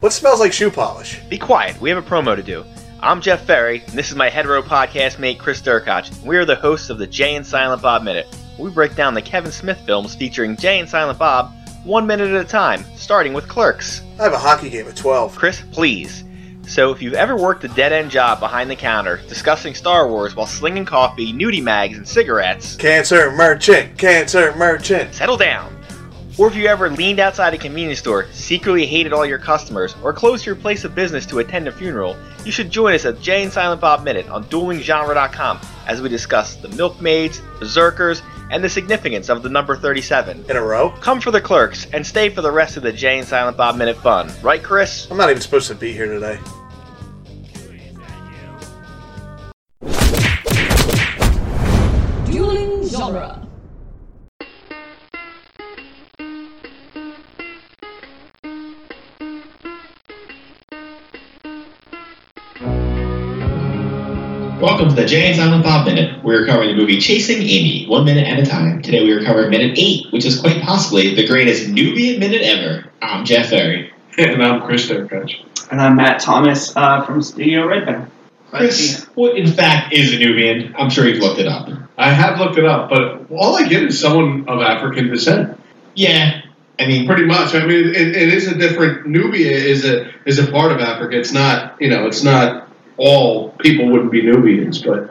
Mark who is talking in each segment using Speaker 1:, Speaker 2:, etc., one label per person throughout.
Speaker 1: What smells like shoe polish?
Speaker 2: Be quiet. We have a promo to do. I'm Jeff Ferry, and this is my hetero podcast mate Chris Durkoch. and We are the hosts of the Jay and Silent Bob Minute. We break down the Kevin Smith films featuring Jay and Silent Bob one minute at a time, starting with Clerks.
Speaker 1: I have a hockey game at 12.
Speaker 2: Chris, please. So, if you've ever worked a dead end job behind the counter, discussing Star Wars while slinging coffee, nudie mags, and cigarettes,
Speaker 1: Cancer merchant, cancer merchant.
Speaker 2: settle down. Or if you ever leaned outside a convenience store, secretly hated all your customers, or closed your place of business to attend a funeral, you should join us at Jay and Silent Bob Minute on duelinggenre.com as we discuss the milkmaids, berserkers, and the significance of the number 37.
Speaker 1: In a row?
Speaker 2: Come for the clerks and stay for the rest of the Jay and Silent Bob Minute fun, right, Chris?
Speaker 1: I'm not even supposed to be here today.
Speaker 3: Dueling Genre.
Speaker 4: Welcome to the Jay and Silent Bob Minute. We're covering the movie Chasing Amy, one minute at a time. Today we are covering minute eight, which is quite possibly the greatest Nubian minute ever. I'm Jeff Ferry.
Speaker 5: And I'm Chris Durkach.
Speaker 6: And I'm Matt Thomas uh, from Studio Redbone.
Speaker 4: Chris, what in fact is a Nubian? I'm sure you've looked it up.
Speaker 5: I have looked it up, but all I get is someone of African descent.
Speaker 4: Yeah, I mean,
Speaker 5: Pretty much. I mean, it, it is a different. Nubia is a is a part of Africa. It's not you know, it's not all people wouldn't be Nubians, but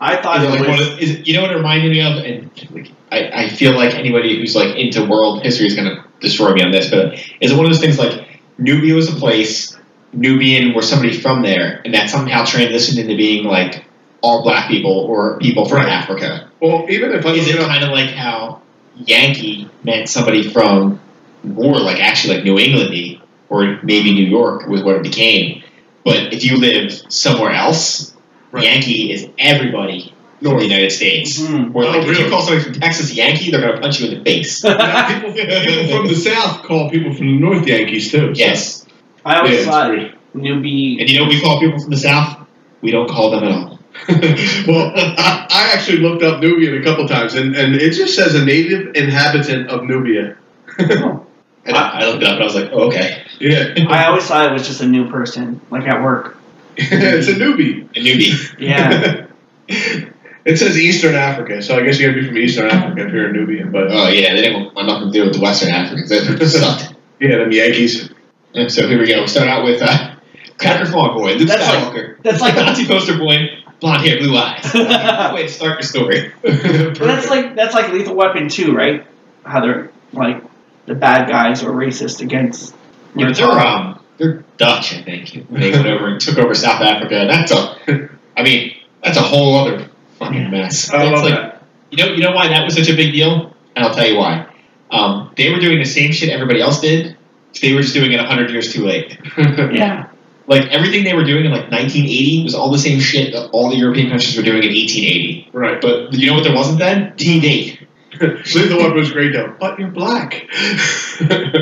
Speaker 6: I
Speaker 4: is
Speaker 6: thought
Speaker 4: it
Speaker 6: it
Speaker 4: like one
Speaker 6: was.
Speaker 4: of, is, you know what it reminded me of? And like, I, I feel like anybody who's like into world history is going to destroy me on this, but is it one of those things like Nubia was a place, Nubian were somebody from there, and that somehow transitioned into being like all black people or people from
Speaker 5: Right.
Speaker 4: Africa?
Speaker 5: well, even if I
Speaker 4: Is
Speaker 5: look
Speaker 4: it
Speaker 5: it up,
Speaker 4: kind of like how Yankee meant somebody from more like actually like New Englandy or maybe New York was what it became? But if you live somewhere else,
Speaker 5: Right.
Speaker 4: Yankee is everybody from the United States.
Speaker 6: Hmm.
Speaker 4: Where like
Speaker 5: Oh,
Speaker 4: if you
Speaker 5: really?
Speaker 4: call somebody from Texas Yankee, they're gonna punch you in the face.
Speaker 5: Now, people, people from the South call people from the North Yankees too. so-
Speaker 4: yes.
Speaker 6: I
Speaker 5: Yeah,
Speaker 6: always
Speaker 5: it's
Speaker 6: thought
Speaker 5: weird.
Speaker 6: newbie.
Speaker 4: And you know what we call people from the South? We don't call them at all.
Speaker 5: well, I, I actually looked up Nubian a couple times, and, and it just says a native inhabitant of Nubia.
Speaker 4: And I, I looked it up and I was like, oh, okay.
Speaker 5: Yeah,
Speaker 6: I always thought it was just a new person, like at work.
Speaker 5: it's a newbie.
Speaker 4: A newbie.
Speaker 6: Yeah.
Speaker 5: it says Eastern Africa, so I guess you gotta be from Eastern Africa if you're a Nubian. But
Speaker 4: Oh yeah, they didn't want nothing to do with the Western Africans. That sucked.
Speaker 5: yeah, them Yankees.
Speaker 4: And so here we go. We start out with uh, Cracker Frog Boy, Luke
Speaker 6: That's like-
Speaker 4: Skywalker.
Speaker 6: that's like-
Speaker 4: the Nazi poster boy, blonde hair, blue eyes. Way to start your story.
Speaker 6: but that's like that's like Lethal Weapon too, right? How they're like the bad guys are racist against.
Speaker 4: Yeah, but they're um, they're Dutch, I think. They went over and took over South Africa. That's a, I mean, that's a whole other fucking mess.
Speaker 5: I
Speaker 4: That's
Speaker 5: love
Speaker 4: like,
Speaker 5: that.
Speaker 4: You know, you know why that was such a big deal, and I'll tell you why. Um, they were doing the same shit everybody else did. so They were just doing it hundred years too late.
Speaker 6: yeah.
Speaker 4: Like everything they were doing in like 1980 was all the same shit that all the European countries were doing in 1880.
Speaker 5: right.
Speaker 4: But you know what there wasn't then? Teen date.
Speaker 5: Leave the one was great though. But you're black.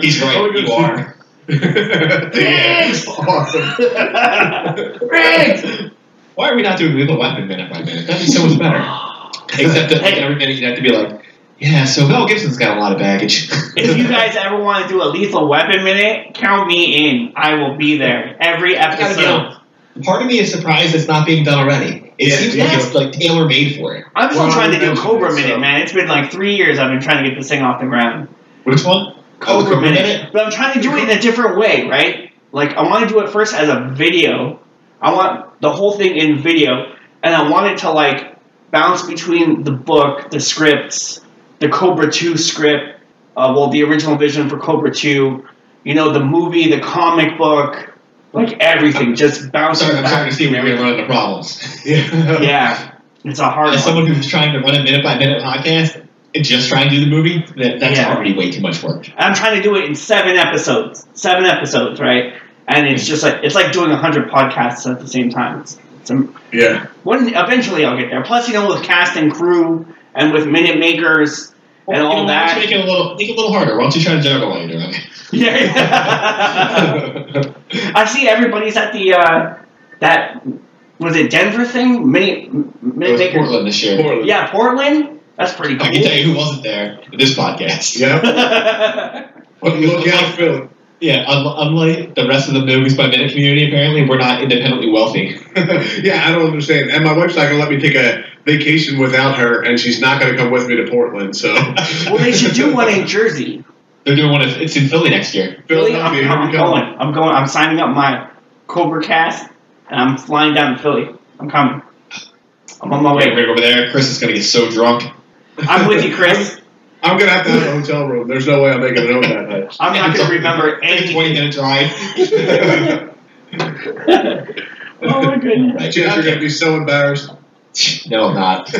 Speaker 4: He's right.
Speaker 5: Oh, good
Speaker 4: you are.
Speaker 5: yeah, it's awesome.
Speaker 4: Right. Why are we not doing Lethal Weapon minute by minute? That'd be so much better. Except that like, every minute you'd have to be like, yeah, so Mel Gibson's got a lot of baggage.
Speaker 6: If you guys ever want to do a Lethal Weapon minute, count me in. I will be there every
Speaker 4: I gotta
Speaker 6: episode.
Speaker 4: be honest, Part of me is surprised it's not being done already. It
Speaker 5: Yeah,
Speaker 4: seems
Speaker 5: yeah.
Speaker 4: like it's like tailor made for it.
Speaker 6: I'm still
Speaker 5: Well,
Speaker 6: trying to do
Speaker 5: that's-
Speaker 6: Cobra
Speaker 5: that's,
Speaker 6: Minute,
Speaker 5: um,
Speaker 6: man. It's been like three years I've been trying to get this thing off the ground.
Speaker 4: Which one? Oh,
Speaker 6: Cobra Minute. But I'm trying to do it in a different way, right? Like, I want to do it first as a video. I want the whole thing in video. And I want it to, like, bounce between the book, the scripts, the Cobra 2 script, uh, well, the original vision for Cobra 2, you know, the movie, the comic book, like everything. Just
Speaker 4: I'm
Speaker 6: bouncing
Speaker 4: sorry, I'm
Speaker 6: back.
Speaker 4: sorry to see where we're running into problems.
Speaker 5: Yeah.
Speaker 6: Yeah. It's a hard
Speaker 4: As
Speaker 6: one.
Speaker 4: someone who's trying to run a minute by minute podcast and just trying to do the movie, that, that's
Speaker 6: Yeah.
Speaker 4: already way too much work.
Speaker 6: I'm trying to do it in seven episodes. Seven episodes, right? And it's just like it's like doing hundred podcasts at the same time. It's, it's a,
Speaker 5: Yeah.
Speaker 6: one eventually I'll get there. Plus, you know, with cast and crew and with minute makers and
Speaker 4: You know,
Speaker 6: all
Speaker 4: why don't
Speaker 6: that.
Speaker 4: you make it a little, make it a little harder. Why don't you try to juggle while you're doing
Speaker 6: Yeah.
Speaker 4: it?
Speaker 6: I see everybody's at the uh, that was it Denver thing minute
Speaker 4: it
Speaker 6: minute
Speaker 4: was
Speaker 6: maker.
Speaker 4: Portland this year.
Speaker 5: Portland.
Speaker 6: Yeah, Portland. That's pretty cool.
Speaker 4: I can tell you who wasn't there. This podcast.
Speaker 5: Yeah. Look out, Phil.
Speaker 4: Yeah, un- unlike the rest of the movies by minute community, apparently we're not independently wealthy.
Speaker 5: yeah, I don't understand. And my wife's not gonna let me take a vacation without her, and she's not gonna come with me to Portland. So,
Speaker 6: Well, they should do one in Jersey.
Speaker 4: They're doing one. Of, it's in Philly next year.
Speaker 6: Philly,
Speaker 5: Philadelphia,
Speaker 6: I'm,
Speaker 5: here
Speaker 6: I'm
Speaker 5: we come.
Speaker 6: going. I'm going. I'm signing up my Cobra Cast, and I'm flying down to Philly. I'm coming. I'm on my
Speaker 4: Wait,
Speaker 6: way.
Speaker 4: right over there. Chris is gonna get so drunk.
Speaker 6: I'm with you, Chris.
Speaker 5: I'm gonna have to have a hotel room. There's no way I'm making it home that night.
Speaker 6: I'm not
Speaker 4: It's
Speaker 6: going
Speaker 4: a-
Speaker 6: to remember
Speaker 4: It's a
Speaker 6: anything.
Speaker 4: twenty minute drive.
Speaker 6: oh my goodness.
Speaker 4: Right.
Speaker 5: Chance, you're gonna be so embarrassed.
Speaker 4: No, I'm not.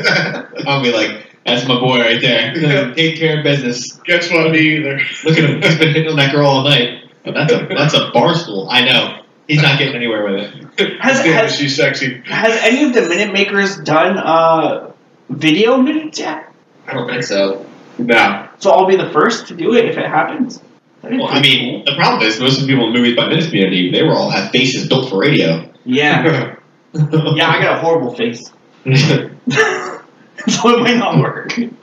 Speaker 4: I'll be like, that's my boy right there. Take care of business.
Speaker 5: Guess what? Me either.
Speaker 4: Look at him. He's been hitting on that girl all night. But that's a that's a bar stool. I know. He's not getting anywhere with it.
Speaker 6: Has-
Speaker 5: Damn,
Speaker 6: has-
Speaker 5: she's sexy.
Speaker 6: Has any of the Minute Makers done uh, video minutes yet?
Speaker 4: I don't think so.
Speaker 5: No.
Speaker 6: So I'll be the first to do it if it happens. That'd be
Speaker 4: Well, I
Speaker 6: pretty
Speaker 4: mean, the problem is most of the people in the movies by minutes community, they were all have faces built for radio.
Speaker 6: cool. yeah, yeah. I got a horrible face, so it might not work.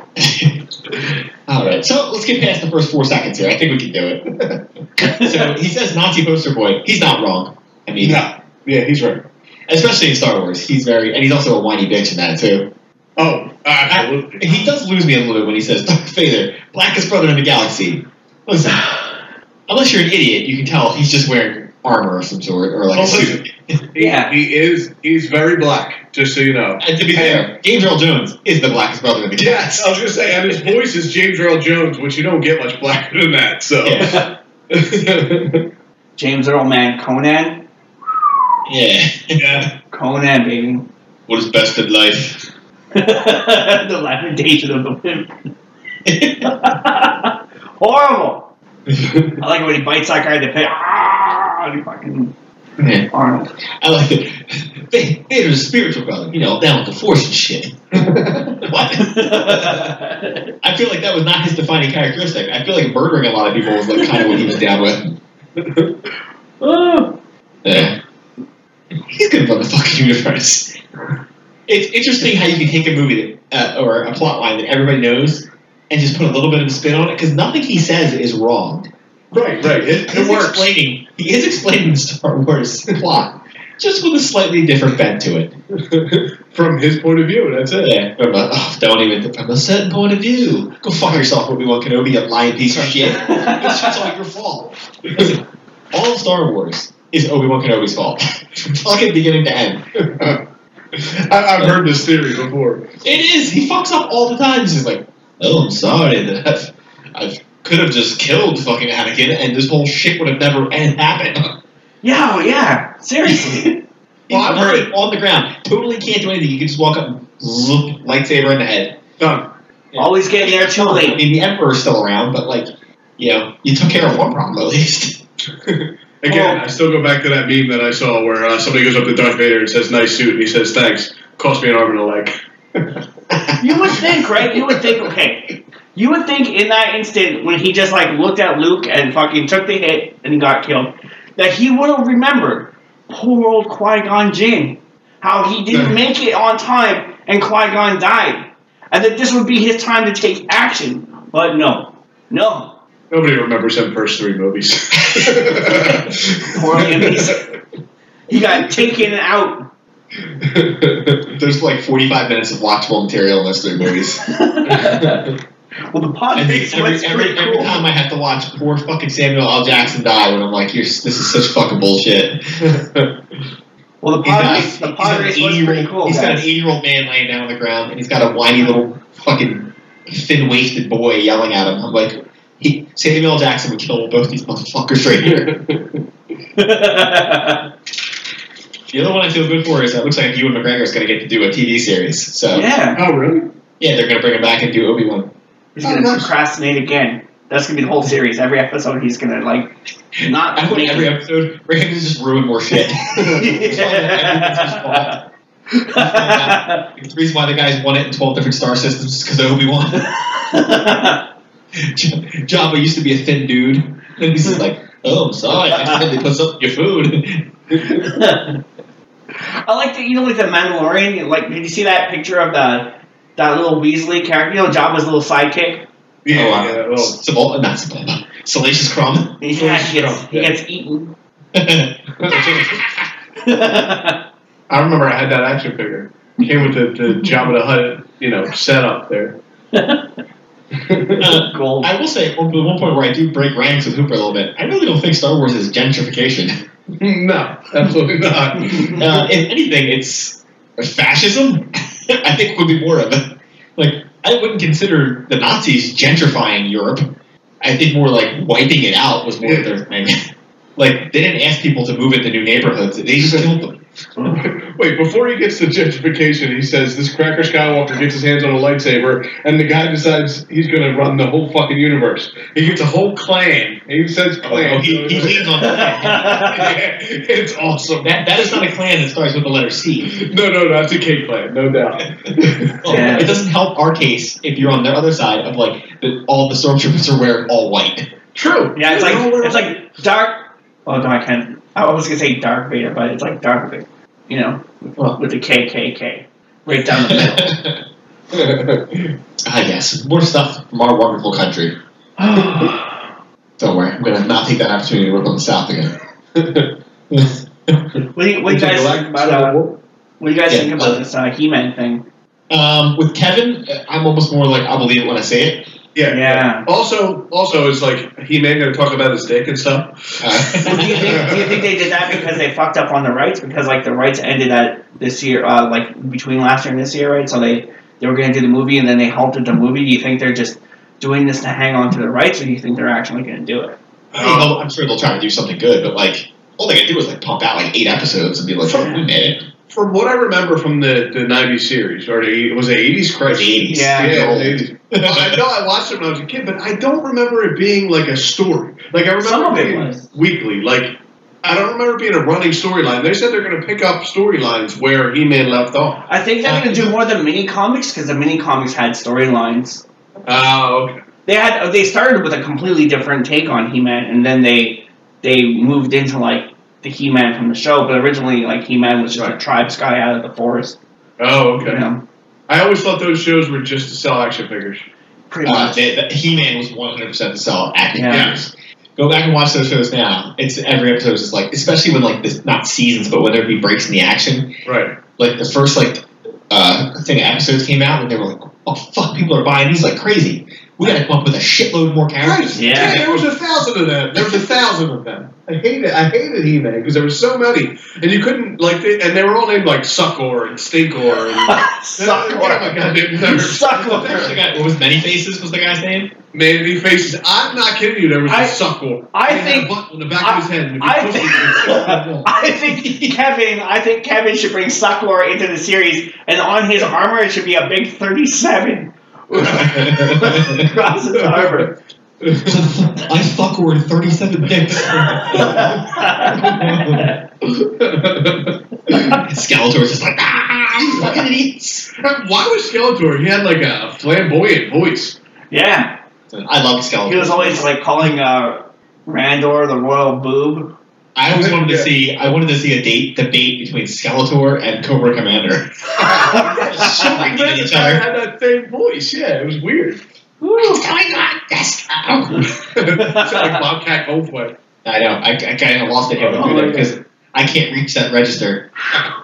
Speaker 4: All right, so let's get past the first four seconds here. I think we can do it. so he says Nazi poster boy. He's not wrong. I mean,
Speaker 5: no. Yeah, he's right.
Speaker 4: especially in Star Wars, he's very, and he's also a whiny bitch in that too.
Speaker 5: Oh, absolutely.
Speaker 4: He does lose me a little bit when he says Darth Vader, blackest brother in the galaxy. Listen, unless you're an idiot, you can tell he's just wearing armor of some sort or like
Speaker 5: Oh,
Speaker 4: a
Speaker 5: listen.
Speaker 4: suit.
Speaker 5: He,
Speaker 6: Yeah.
Speaker 5: he is. He's very black. Just so you know.
Speaker 4: And to be fair, Gabriel Jones is the blackest brother in the
Speaker 5: Yes,
Speaker 4: galaxy.
Speaker 5: I was gonna say, and his voice is James Earl Jones, which you don't get much blacker than that. So.
Speaker 4: Yeah.
Speaker 6: James Earl, man, Conan,
Speaker 4: Yeah.
Speaker 5: Yeah.
Speaker 6: Conan, baby.
Speaker 4: What is best in life?
Speaker 6: the lapidation of the women. Horrible. I like when he bites that guy in the face. Ah, and he fucking
Speaker 4: Yeah.
Speaker 6: Arnold.
Speaker 4: I like that. They, they're a spiritual brother, you know, down with the force and shit. what? I feel like that was not his defining characteristic. I feel like murdering a lot of people was like kind of what he was down with.
Speaker 5: Ah.
Speaker 6: Oh.
Speaker 4: Yeah. He's gonna run the fucking universe. It's interesting how you can take a movie that, uh, or a plot line that everybody knows and just put a little bit of a spin on it because nothing he says is wrong.
Speaker 5: Right. Right. It,
Speaker 4: He's
Speaker 5: it works.
Speaker 4: explaining. He is explaining the Star Wars plot, just with a slightly different bent to it.
Speaker 5: From his point of view, that's it.
Speaker 4: Yeah, from a, oh, don't even from a certain point of view. Go fuck yourself, Obi Wan Kenobi, you lying piece of shit. This shit's all your fault. Listen, all of Star Wars is Obi Wan Kenobi's fault, from fucking beginning to end.
Speaker 5: I, I've heard this theory before.
Speaker 4: It is. He fucks up all the time. He's just like, oh, I'm sorry that I've, I could have just killed fucking Anakin, and this whole shit would have never end happened.
Speaker 6: Yeah, oh, yeah. Seriously.
Speaker 4: He's
Speaker 5: Well, I've
Speaker 4: lying
Speaker 5: heard-
Speaker 4: on the ground. Totally can't do anything. You can just walk up, and zoop, lightsaber in the head.
Speaker 5: Done.
Speaker 6: Always getting there too
Speaker 4: I
Speaker 6: late.
Speaker 4: mean, the Emperor's still around, but like, you know, you took care of one problem at least.
Speaker 5: Again,
Speaker 6: Well-
Speaker 5: I still go back to that meme that I saw where uh, somebody goes up to Darth Vader and says, "Nice suit," and he says, "Thanks." Cost me an arm and a leg.
Speaker 6: You would think, right? You would think, okay. You would think in that instant when he just like looked at Luke and fucking took the hit and got killed, that he would have remembered poor old Qui Gon Jinn, how he didn't make it on time and Qui Gon died, and that this would be his time to take action. But no, no,
Speaker 5: Nobody remembers them first three movies.
Speaker 6: poor Liam he got taken out.
Speaker 4: There's like 45 minutes of watchable material in those three movies.
Speaker 6: Well, the pod
Speaker 4: And
Speaker 6: is
Speaker 4: every,
Speaker 6: pretty
Speaker 4: every, every
Speaker 6: cool.
Speaker 4: time I have to watch poor fucking Samuel L. Jackson die, when I'm like, You're, this is such fucking bullshit.
Speaker 6: Well,
Speaker 4: He
Speaker 6: the pod
Speaker 4: dies.
Speaker 6: race, the
Speaker 4: He's
Speaker 6: pod
Speaker 4: got an
Speaker 6: race was
Speaker 4: 80-year-old
Speaker 6: pretty cool.
Speaker 4: He's got an
Speaker 6: guys.
Speaker 4: 80 year old man laying down on the ground, and he's got a whiny little fucking thin waisted boy yelling at him. I'm like, he, Samuel L. Jackson would kill both these motherfuckers right here.
Speaker 6: yeah,
Speaker 4: The other one I feel good for is it looks like Ewan McGregor is going to get to do a TV series. So yeah,
Speaker 5: oh, really?
Speaker 4: they're going to bring him back and do Obi Wan.
Speaker 6: he's gonna procrastinate again. That's gonna be the whole series. Every episode, he's gonna like not.
Speaker 4: I want
Speaker 6: make
Speaker 4: every
Speaker 6: it.
Speaker 4: episode for him to just ruin more shit. It's all everything's his fault. the reason why the guys won it in twelve different star systems is because of Obi Wan. Jabba used to be a thin dude, and he's just like, "Oh, I'm sorry, I accidentally put something in your food."
Speaker 6: I like that. You know, like the Mandalorian. Like, did you see that picture of the that little Weasley character? You know, Jabba's little sidekick.
Speaker 5: Yeah.
Speaker 4: oh,
Speaker 5: yeah, well,
Speaker 4: Sebulba, not Sebulba. Salacious crumb.
Speaker 6: Yeah, he gets,
Speaker 4: Crumb.
Speaker 6: he gets eaten.
Speaker 4: Uh,
Speaker 5: I remember I had that action figure. Came with the, the Jabba the Hutt, you know, setup there.
Speaker 6: Gold.
Speaker 4: I will say, well, the one point where I do break ranks with Hooper a little bit, I really don't think Star Wars is gentrification.
Speaker 5: no, absolutely not.
Speaker 4: Uh, if anything, it's fascism. I think would be more of it. Like, I wouldn't consider the Nazis gentrifying Europe. I think more like wiping it out was more of their thing. Like, they didn't ask people to move into new neighborhoods; they just killed them.
Speaker 5: Wait, before he gets to gentrification, he says this cracker Skywalker gets his hands on a lightsaber, and the guy decides he's going to run the whole fucking universe. He gets a whole clan. He says clan.
Speaker 4: Oh, he, he leans on that.
Speaker 5: it's awesome.
Speaker 4: That, that is not a clan that starts with the letter C.
Speaker 5: No, no, no, it's a K clan, no doubt.
Speaker 4: Oh,
Speaker 6: Yeah.
Speaker 4: It doesn't help our case if you're on the other side of like the, all the stormtroopers are wearing all white.
Speaker 5: True.
Speaker 6: Yeah, it's like
Speaker 5: No, we're-
Speaker 6: it's like dark. Oh no, I can't. I was gonna say dark Vader, but it's like dark Vader. You know,
Speaker 4: Well.
Speaker 6: with the KKK right down the middle.
Speaker 4: I guess more stuff from our wonderful country. Don't worry, I'm gonna not take that opportunity to work on the South again.
Speaker 6: what do you, what do you
Speaker 5: Is it
Speaker 6: guys
Speaker 5: black
Speaker 6: think about
Speaker 5: Star
Speaker 6: uh,
Speaker 5: Wars?
Speaker 6: what do you guys
Speaker 4: Yeah,
Speaker 6: think
Speaker 4: uh,
Speaker 6: about this uh, He-Man thing?
Speaker 4: um, with Kevin, uh, I'm almost more like I believe it when I say it.
Speaker 5: Yeah.
Speaker 6: Yeah.
Speaker 5: Also, also is like he man going to talk about his dick and stuff.
Speaker 6: do, you think, do you think they did that because they fucked up on the rights? Because like the rights ended at this year, uh, like between last year and this year, right? So they they were gonna do the movie and then they halted the movie. Do you think they're just doing this to hang on to the rights, or do you think they're actually gonna do it?
Speaker 4: I mean,
Speaker 5: Uh,
Speaker 4: I'm sure they'll try to do something good, but like all they gotta do is like pump out like eight episodes and be like, oh, we made it.
Speaker 5: From what I remember from the the '90s series, or the, was it '80s?
Speaker 4: It's
Speaker 5: Christ,
Speaker 4: the 80s.
Speaker 6: Yeah.
Speaker 5: Yeah,
Speaker 4: Old.
Speaker 5: it is. Well, I know I watched it when I was a kid, but I don't remember it being like a story. Like I remember
Speaker 6: Some of it
Speaker 5: being
Speaker 6: was.
Speaker 5: weekly. Like I don't remember it being a running storyline. They said they're going to pick up storylines where He Man left off.
Speaker 6: I think they're gonna do more than mini comics because the mini comics had storylines.
Speaker 5: Oh, okay.
Speaker 6: they had they started with a completely different take on He-Man, and then they they moved into like the He-Man from the show. But originally, like He-Man was just a
Speaker 5: Right.
Speaker 6: tribes guy out of the forest.
Speaker 5: Oh, okay.
Speaker 6: You know,
Speaker 5: I always thought those shows were just to sell action figures.
Speaker 6: pretty
Speaker 4: Uh,
Speaker 6: much.
Speaker 4: they, He Man was 100% the sell at the
Speaker 6: Yeah.
Speaker 4: theaters. Go back and watch those shows now. It's every episode is just like, especially when like this not seasons, but when there'd be breaks in the action.
Speaker 5: Right.
Speaker 4: Like the first like uh, thing episodes came out, and they were like, oh fuck, people are buying these like crazy. We gotta come up with a shitload more characters.
Speaker 5: Christ,
Speaker 6: Yeah.
Speaker 5: there was a thousand of them. There was a thousand of them. I hated, I hated He-Man because there were so many, and you couldn't like, they, and they were all named like Suckor and Stinkor. And,
Speaker 6: Suck
Speaker 5: Oh my god, they
Speaker 6: Suckor.
Speaker 4: There was the guy- What was Many Faces was the guy's name?
Speaker 5: Manly faces. I'm not kidding you. There was a
Speaker 6: I-
Speaker 5: suckle.
Speaker 6: I
Speaker 5: He had
Speaker 6: think-
Speaker 5: a button on the back
Speaker 6: I-
Speaker 5: of his head. and if you
Speaker 6: I
Speaker 5: pushed
Speaker 6: think-
Speaker 5: it,
Speaker 6: I think Kevin. I think Kevin should bring Sakura into the series, and on his armor it should be a big thirty-seven across his armor.
Speaker 4: I fuck her in 37 dicks. Skeletor's just like, ah, you fucking idiots.
Speaker 5: it was- Why was Skeletor? He had like a flamboyant voice.
Speaker 6: yeah,
Speaker 4: I love Skeletor.
Speaker 6: he was always like calling uh, Randor the royal boob.
Speaker 4: I always wanted to
Speaker 5: Yeah.
Speaker 4: see. I wanted to see a date debate between Skeletor and Cobra Commander.
Speaker 5: So we
Speaker 4: Shooting at
Speaker 5: read
Speaker 4: each
Speaker 5: the guy
Speaker 4: other.
Speaker 5: had that same voice. Yeah, it was weird.
Speaker 6: Woo.
Speaker 4: What's going on? Yes. Oh.
Speaker 5: Sounded like Bobcat Goldthwait.
Speaker 4: I know. I, I kind of lost it here
Speaker 5: Oh, my
Speaker 4: because I can't reach that register.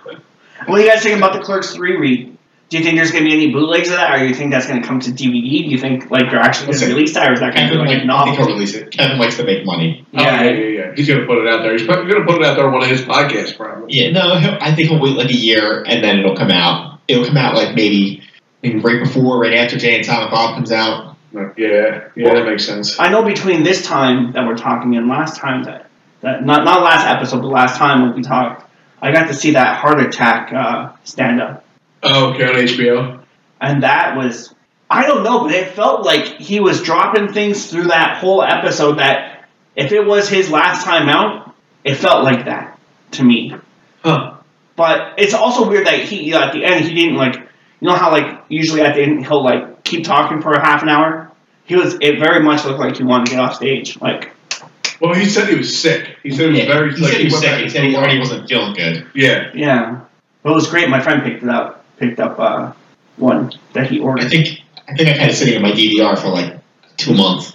Speaker 6: What do you guys think about the Clerks three read? Do you think there's going to be any bootlegs of that, or do you think that's going to come to DVD? Do you think like they're actually going to
Speaker 4: Listen,
Speaker 6: release that, or is that going to
Speaker 4: Kevin
Speaker 6: be like
Speaker 4: like
Speaker 6: a
Speaker 4: not
Speaker 6: novel?
Speaker 4: release it. Kevin likes to make money.
Speaker 5: Oh, yeah,
Speaker 6: Yeah,
Speaker 5: yeah, yeah. He's gonna put it out there. He's probably gonna put it out there on one of his podcasts, probably.
Speaker 4: Yeah. No. He'll, I think he'll wait like a year and then it'll come out. It'll come out like maybe, maybe right before, right after Jay and Silent Bob comes out.
Speaker 5: Yeah, yeah, that makes sense.
Speaker 6: I know between this time that we're talking and last time that, that not not last episode, but last time when we talked, I got to see that heart attack uh, stand up,
Speaker 5: Oh, okay, on HBO.
Speaker 6: and that was I don't know, but it felt like he was dropping things through that whole episode. That if it was his last time out, it felt like that to me.
Speaker 5: Huh.
Speaker 6: But it's also weird that he you know, at the end he didn't like you know how like usually at the end he'll like keep talking for a half an hour. He was it very much looked like he wanted to get off stage. Like
Speaker 5: Well, he said he was sick. He said he was
Speaker 4: Yeah,
Speaker 5: very
Speaker 4: he
Speaker 5: sick.
Speaker 4: said he was
Speaker 5: went
Speaker 4: sick.
Speaker 5: back
Speaker 4: He
Speaker 5: to
Speaker 4: said he
Speaker 5: the
Speaker 4: already
Speaker 5: lab.
Speaker 4: wasn't feeling good.
Speaker 5: Yeah.
Speaker 6: yeah, but it was great. My friend picked it up, picked up uh, one that he
Speaker 4: I
Speaker 6: ordered.
Speaker 4: think I think I've had it sitting in my DVR for like two months.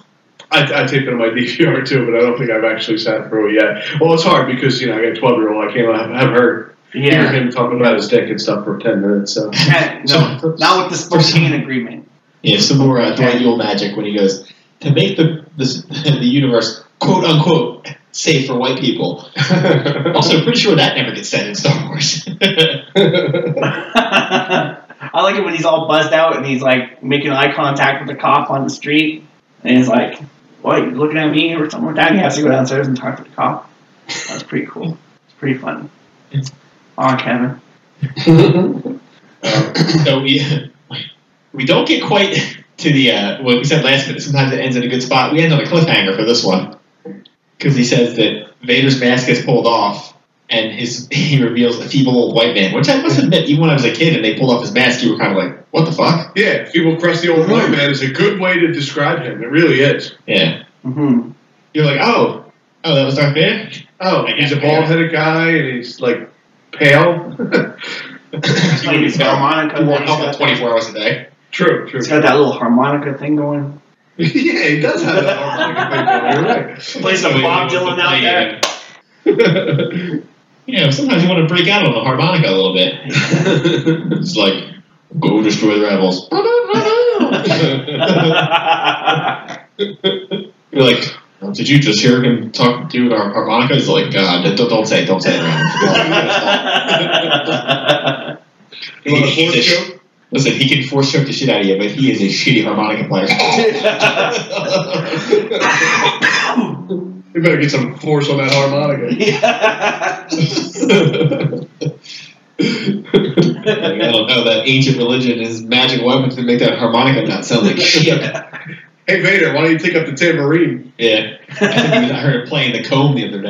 Speaker 5: I, I tape it on my DVR too, but I don't think I've actually sat through it yet. Well, it's hard because you know I got a twelve year old. I can't have, have her hear
Speaker 6: Yeah.
Speaker 5: him talking about his dick and stuff for ten minutes. So
Speaker 6: no, not with this Spokane agreement.
Speaker 4: Yeah, some more uh, Dwight Yule magic when he goes to make the this, the universe quote unquote safe for white people. Also, pretty sure that never gets said in Star Wars.
Speaker 6: I like it when he's all buzzed out and he's like making eye contact with the cop on the street, and he's like, "What? You looking at me or something like that?" And he has to go downstairs and talk to the cop. That's pretty cool. It's pretty fun. Aw, Kevin.
Speaker 4: Mm-hmm. so we we don't get quite to the uh, what we said last minute. Sometimes it ends in a good spot. We end on a cliffhanger for this one because he says that Vader's mask is pulled off and his he reveals a feeble old white man. Which I must admit, even when I was a kid and they pulled off his mask, you were kind of like, "What the fuck?"
Speaker 5: yeah, feeble crusty old white man is a good way to describe him. It really is.
Speaker 4: Yeah,
Speaker 6: Mm-hmm.
Speaker 4: you're like, "Oh, oh, that was Darth Vader."
Speaker 5: Oh, he's a bald headed guy and he's like pale.
Speaker 4: You
Speaker 6: Like
Speaker 4: wouldn't
Speaker 6: his
Speaker 4: know.
Speaker 6: harmonica.
Speaker 4: You
Speaker 6: that
Speaker 4: won't
Speaker 6: he's
Speaker 4: know
Speaker 6: got.
Speaker 4: for 24 hours a day.
Speaker 5: true, true.
Speaker 6: He's got that little harmonica thing going.
Speaker 5: yeah, he does have that harmonica thing
Speaker 6: Play some Bob Dylan out there.
Speaker 5: going.
Speaker 4: You know, sometimes you want to break out on the harmonica a little bit.
Speaker 5: You're right.
Speaker 4: It's like, go destroy the rebels. You're like, did you just hear him talk to our harmonica? He's like, God, don't, don't say it, don't say it. Ryan."
Speaker 5: You want a
Speaker 4: He's
Speaker 5: fourth
Speaker 4: a sh-
Speaker 5: joke?
Speaker 4: Listen, he can force choke the shit out of you, but he is a shitty harmonica player.
Speaker 5: You better get some force on that harmonica.
Speaker 4: I don't know, that ancient religion is magic weapons to make that harmonica not sound like shit.
Speaker 5: Hey Vader, why don't you take up the tambourine?
Speaker 4: Yeah. I think it was- I heard him playing the comb the other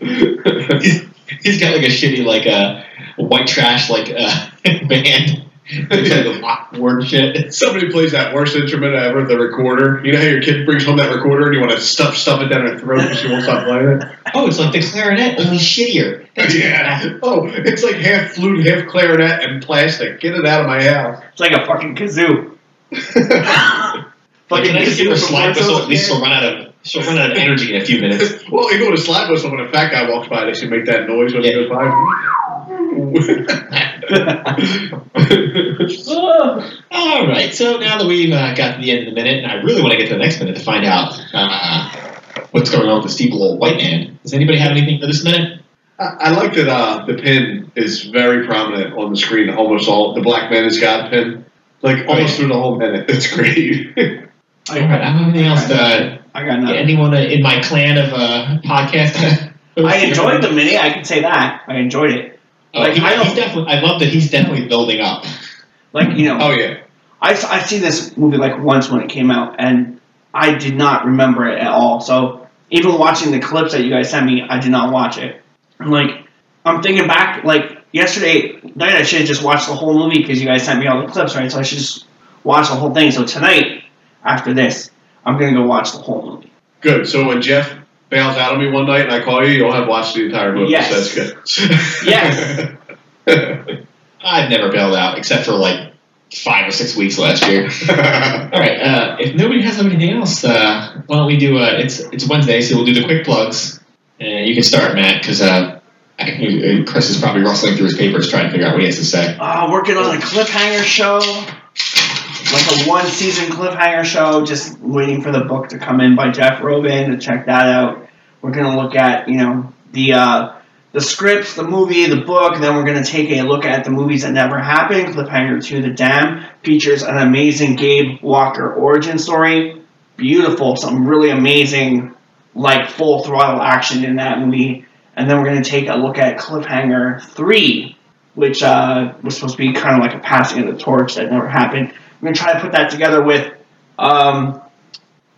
Speaker 4: day. he's, he's got like a shitty, like a white trash, like uh, band. It's like the lockboard shit.
Speaker 5: Somebody plays that worst instrument ever, the recorder. You know how your kid brings home that recorder and you want to stuff stuff it down her throat because she won't stop playing it?
Speaker 4: Oh, it's like the clarinet, only shittier. That's
Speaker 5: Yeah. Oh, it's like half flute, half clarinet, and plastic. Get it out of my house.
Speaker 6: It's like a fucking kazoo.
Speaker 4: Like,
Speaker 6: Fucking
Speaker 4: can I just give
Speaker 6: kazoo
Speaker 4: her a
Speaker 6: from
Speaker 4: slide
Speaker 6: Princess
Speaker 4: whistle? At least
Speaker 6: Leia.
Speaker 4: she'll run out of she'll run out of energy in a few minutes.
Speaker 5: well, you go to slide whistle when a fat guy walks by, they should make that noise when he
Speaker 4: Yeah.
Speaker 5: goes by.
Speaker 4: All right. So now that we've uh, got to the end of the minute, and I really want to get to the next minute to find out uh, what's going on with this feeble old white man. Does anybody have anything for this minute?
Speaker 5: I, I like that uh, the pin is very prominent on the screen. Almost all the black man is God pin,
Speaker 4: Oh,
Speaker 5: like
Speaker 4: yeah.
Speaker 5: almost through the whole minute. It's great.
Speaker 4: All right. I don't have anything else to. Uh,
Speaker 6: I got
Speaker 4: Yeah,
Speaker 6: nothing.
Speaker 4: anyone in my clan of uh, podcast.
Speaker 6: I enjoyed the mini. I can say that. I enjoyed it.
Speaker 4: Oh, he-
Speaker 6: Like, I don't-
Speaker 4: he's definitely. I love that he's definitely building up.
Speaker 6: Like you know,
Speaker 5: oh yeah,
Speaker 6: I've, I've seen this movie like once when it came out, and I did not remember it at all. So even watching the clips that you guys sent me, I did not watch it. I'm like, I'm thinking back, like yesterday night, I should have just watched the whole movie because you guys sent me all the clips, right? So I should just watch the whole thing. So tonight, after this, I'm gonna go watch the whole movie.
Speaker 5: good. So when Jeff bails out on me one night and I call you, you'll have watched the entire movie.
Speaker 6: Yes.
Speaker 5: So that's good.
Speaker 6: Yes.
Speaker 4: I've never bailed out except for like five or six weeks last year. All right. Uh, if nobody has anything else, uh, why don't we do? Uh, it's it's Wednesday, so we'll do the quick plugs. Uh, you can start, Matt, because uh, I think, uh, Chris is probably rustling through his papers trying to figure out what he has to say.
Speaker 6: Uh, working on a cliffhanger show, like a one season cliffhanger show, just waiting for the book to come in by Jeff Robin to check that out. We're gonna look at you know the uh, the scripts, the movie, the book, and then we're gonna take a look at the movies that never happened. Cliffhanger to the Dam features an amazing Gabe Walker origin story. Beautiful, some really amazing like full throttle action in that movie. And then we're gonna take a look at Cliffhanger three which uh, was supposed to be kind of like a passing of the torch that never happened. I'm gonna try to put that together with um,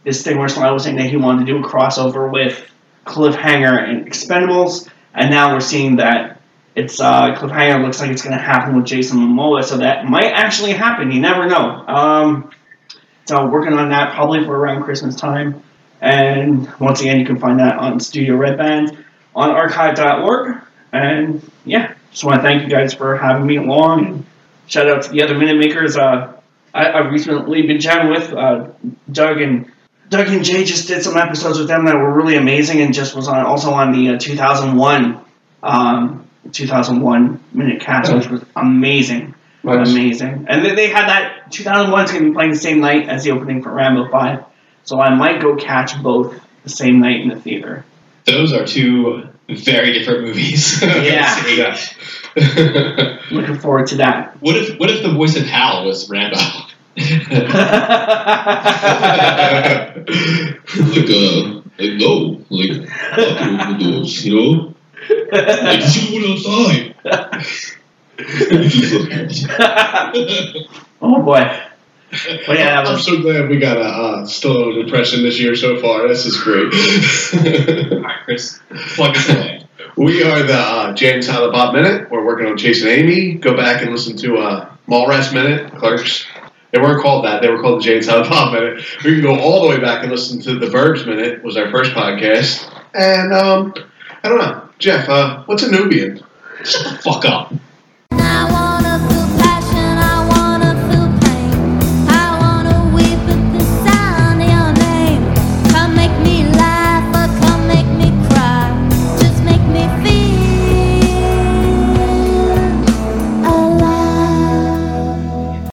Speaker 6: this thing where Sly was saying that he wanted to do a crossover with Cliffhanger and Expendables, and now we're seeing that it's uh, Cliffhanger looks like it's gonna happen with Jason Momoa, so that might actually happen. You never know. Um, so working on that probably for around Christmas time, and once again you can find that on Studio Red Band on archive.org, and yeah, just want to thank you guys for having me along. And shout out to the other Minute Makers. Uh, I, I've recently been chatting with uh, Doug and Doug and Jay just did some episodes with them that were really amazing and just was on also on the uh, 2001 um, 2001 minute cast, which was amazing. Amazing. And then they had that 2001's going to be playing the same night as the opening for Rambo 5. So I might go catch both the same night in the theater.
Speaker 4: Those are two very different movies.
Speaker 6: Yeah.
Speaker 5: Yes.
Speaker 6: Looking forward to that.
Speaker 4: what if What if the voice of Hal was Rambo? uh, like uh, like no, like fuck you, those, you know, you went outside.
Speaker 6: oh boy. But yeah, that
Speaker 5: I'm
Speaker 6: was
Speaker 5: so glad we got a uh, Stallone impression this year so far. This is great.
Speaker 4: All right, Chris, plug us away.
Speaker 5: we are the uh, James Tyler Bob Minute. We're working on Chasing Amy. Go back and listen to uh, Mallrats Minute, Clerks. They weren't called that. They were called the James Tyler Bob Minute. We can go all the way back and listen to the Verbs Minute. Was our first podcast. And um, I don't know, Jeff. Uh, what's a Nubian?
Speaker 4: Shut the fuck up.